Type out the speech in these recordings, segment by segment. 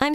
I'm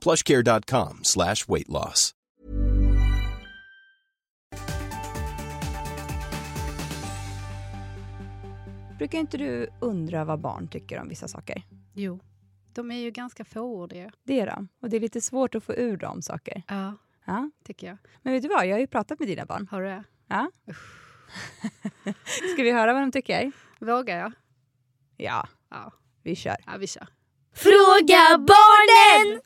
Plushcare.com slash weight loss. Brukar inte du undra vad barn tycker om vissa saker? Jo. De är ju ganska fåordiga. Det är de. Och det är lite svårt att få ur dem saker. Ja, Ja. tycker jag. Men vet du vad, jag har ju pratat med dina barn. Har du det? Ja. Ska vi höra vad de tycker? Vågar jag? Ja, Ja. vi kör. ja, vi kör. Fråga barnen!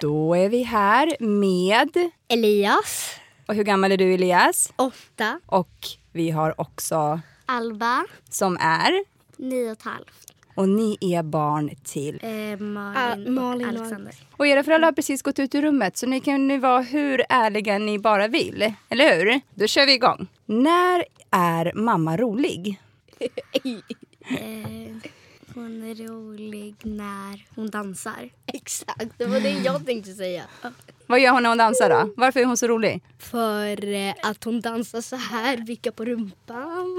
Då är vi här med... Elias. Och hur gammal är du Elias? Åtta. Och vi har också Alba. som är... Nio och ett halvt. Och ni är barn till. Eh, Ah, Malin, och Alexander. Och era föräldrar har precis gått ut ur rummet så ni kan nu vara hur ärliga ni bara vill. Eller hur? Då kör vi igång. När är mamma rolig? Eh, Hon är rolig när hon dansar. Exakt, det var det jag tänkte säga. Vad gör hon när hon dansar då? Varför är hon så rolig? För eh, att hon dansar så här, vickar på rumpan,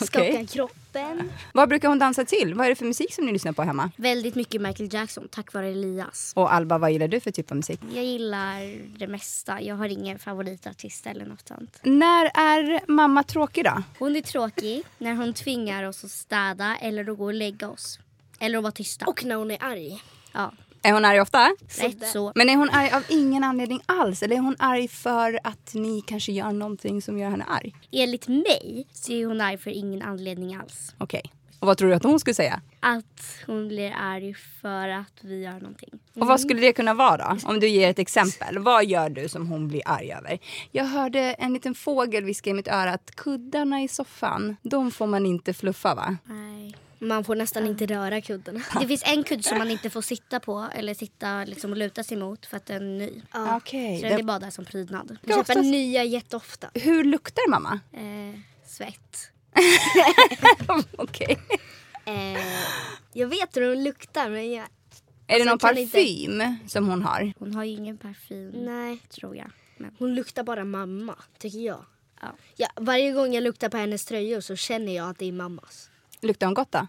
skakar kroppen. Vad brukar hon dansa till? Vad är det för musik som ni lyssnar på hemma? Väldigt mycket Michael Jackson tack vare Elias. Och Alba, vad gillar du för typ av musik? Jag gillar det mesta. Jag har ingen favoritartist eller något sånt. När är mamma tråkig då? Hon är tråkig när hon tvingar oss att städa eller att gå och lägga oss. Eller att vara tysta. Och när hon är arg. ja, Är hon arg ofta? rätt så. Men är hon arg av ingen anledning alls? Eller är hon arg för att ni kanske gör någonting som gör henne arg? Enligt mig så är hon arg för ingen anledning alls. Okej. Och vad tror du att hon skulle säga? Att hon blir arg för att vi gör någonting. Och vad skulle det kunna vara då? Om du ger ett exempel. Vad gör du som hon blir arg över? Jag hörde en liten fågel viska i mitt öra att kuddarna i soffan, de får man inte fluffa va? Nej. Man får nästan inte röra kuddarna. Det finns en kudde som man inte får sitta på eller sitta liksom och luta sig mot för att den är ny. Ah, Okej. Så den är bara där som prydnad. Jag köper nya jätteofta. Hur luktar mamma? Eh, svett. Okej. Eh, jag vet hur de luktar men jag... Är det någon kan inte- parfym som hon har? Hon har ju ingen parfym Nej. tror jag. Men, Mm. Hon luktar bara mamma, tycker jag. Ja. Ja, varje gång jag luktar på hennes tröjor så känner jag att det är mammas. Luktar hon gott då?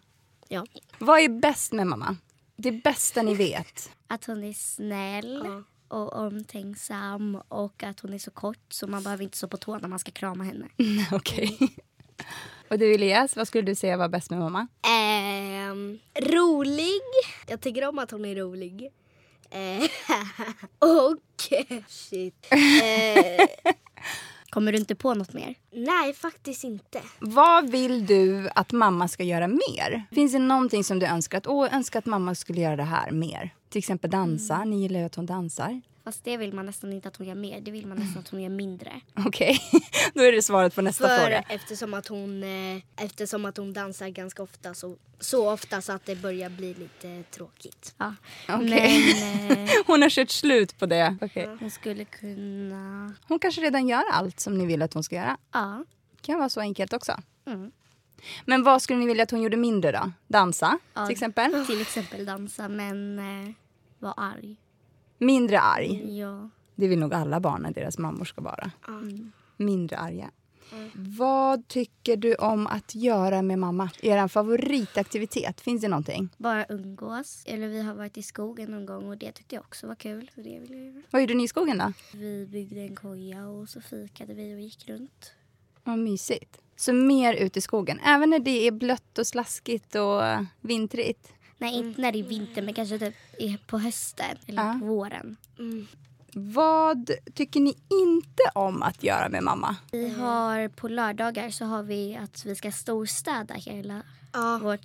Ja. Vad är bäst med mamma? Det bästa ni vet. att hon är snäll och omtänksam och att hon är så kort så man behöver inte stå på tå när man ska krama henne. Okej. Och du Elias, vad skulle du säga var bäst med mamma? Ehm, rolig. Jag tycker om att hon är rolig. Eh, och... Shit. Eh, Kommer du inte på något mer? nej, faktiskt inte. Vad vill du att mamma ska göra mer? Finns det någonting som du önskar att, åh, jag önskar att mamma skulle göra det här mer? Till exempel dansa, ni gillar ju att hon dansar. Fast det vill man nästan inte att hon gör mer. Det vill man nästan att hon gör mindre. Okej, då är det svaret på nästa För fråga. eftersom att, hon, eh, eftersom att hon dansar ganska ofta så, så ofta så att det börjar bli lite tråkigt. Ja. Okej. Men eh, Hon har kört slut på det. Mm. hon skulle kunna... Hon kanske redan gör allt som ni vill att hon ska göra. Ja. kan vara så enkelt också. Mm. Men vad skulle ni vilja att hon gjorde mindre då? Dansa Ja, till exempel? Till exempel dansa, men eh, vara arg. Mindre arg. Ja. Det vill nog alla barn när deras mammor ska vara. Mm. Mindre arga. Mm. Vad tycker du om att göra med mamma? Er favoritaktivitet, finns det någonting? Bara umgås. Eller vi har varit i skogen någon gång och det tyckte jag också var kul. Så det vill jag göra. Vad gjorde ni i skogen då? Vi byggde en koja och så fikade vi och gick runt. Vad mysigt. Så mer ut i skogen, även när det är blött och slaskigt och vintrigt. Nej, inte när det är vinter, men kanske typ i- på hösten eller Ja. på våren. Vad tycker ni inte om att göra med mamma? Vi har på lördagar så har vi att vi ska storstäda hela, Ja, vårt,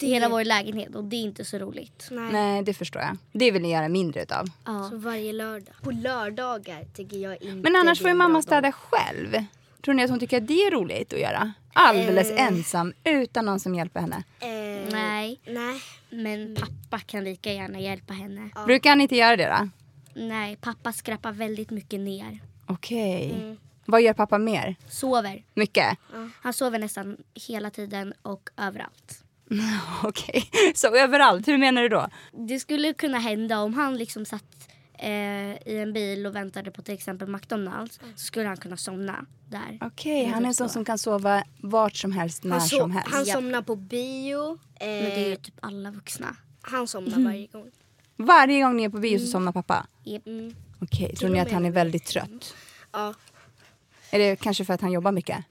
hela vår lägenhet och det är inte så roligt. nej. Nej, det förstår jag. Det vill ni göra mindre utav. Ja. Så varje lördag. På lördagar tycker jag inte Men annars det får ju är en bra mamma dag. städa själv. Tror ni att hon tycker att det är roligt att göra? Alldeles ensam, utan någon som hjälper henne. Eh, nej. Nej, men pappa kan lika gärna hjälpa henne. Brukar han inte göra det då? Nej, pappa skrappar väldigt mycket ner. Okej. Mm. Vad gör pappa mer? Sover. Mycket? Han sover nästan hela tiden och överallt. Okej. Så överallt, hur menar du då? Det skulle kunna hända om han liksom satt eh, i en bil och väntade på till exempel McDonalds så skulle han kunna somna där. Okej, han är en sån som kan sova vart som helst, när Han, so- som helst. han somnar på bio. Men det är ju Eh, typ alla vuxna. han somnar varje gång. Varje gång ni är på Mm. bio så somnar pappa? Japp. Okej, tror ni att han är väldigt trött? Ja, Är det kanske för att han jobbar mycket?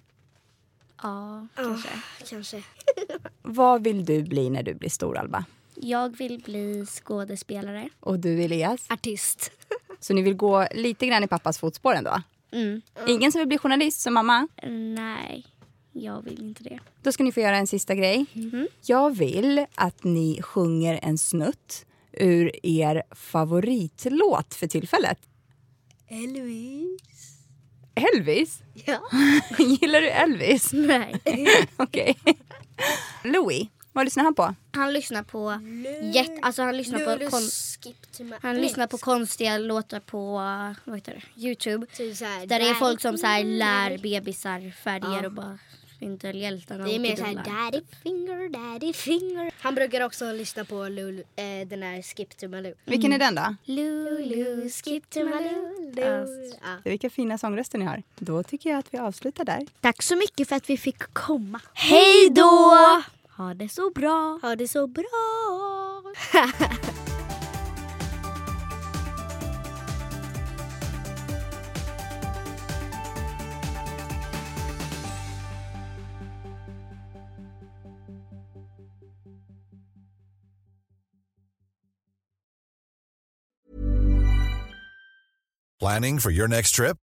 Ja, kanske. kanske. kanske. Vad vill du bli när du blir stor, Alba? Jag vill bli skådespelare. Och du, Elias? Artist. Så ni vill gå lite grann i pappas fotspår ändå? Mm. Ingen som vill bli journalist som mamma? Nej, jag vill inte det. Då ska ni få göra en sista grej. Mhm. Jag vill att ni sjunger en snutt ur er favoritlåt för tillfället. Elvis. Elvis? Ja. Gillar du Elvis? Nej. Okej. Louis, vad lyssnar han på? Han lyssnar på jätt, alltså han lyssnar på kon, skip to my han lyssnar på konstiga låtar på vad heter det? Youtube. Typ så här, Där det är daddy. folk som så här lär bebisar färger och bara inte hjältarna Det är och mer såhär gudullar. daddy finger, daddy finger. Han brukar också lyssna på Lulu, eh, den här Skip to Malou. Vilken är den då? Lulu, skip to Malou, Lulu. Ja. Vilka fina sångröster ni har. Då tycker jag att vi avslutar där. Tack så mycket för att vi fick komma. Hej då! Ha det så bra. Ha det så bra! Planning for your next trip?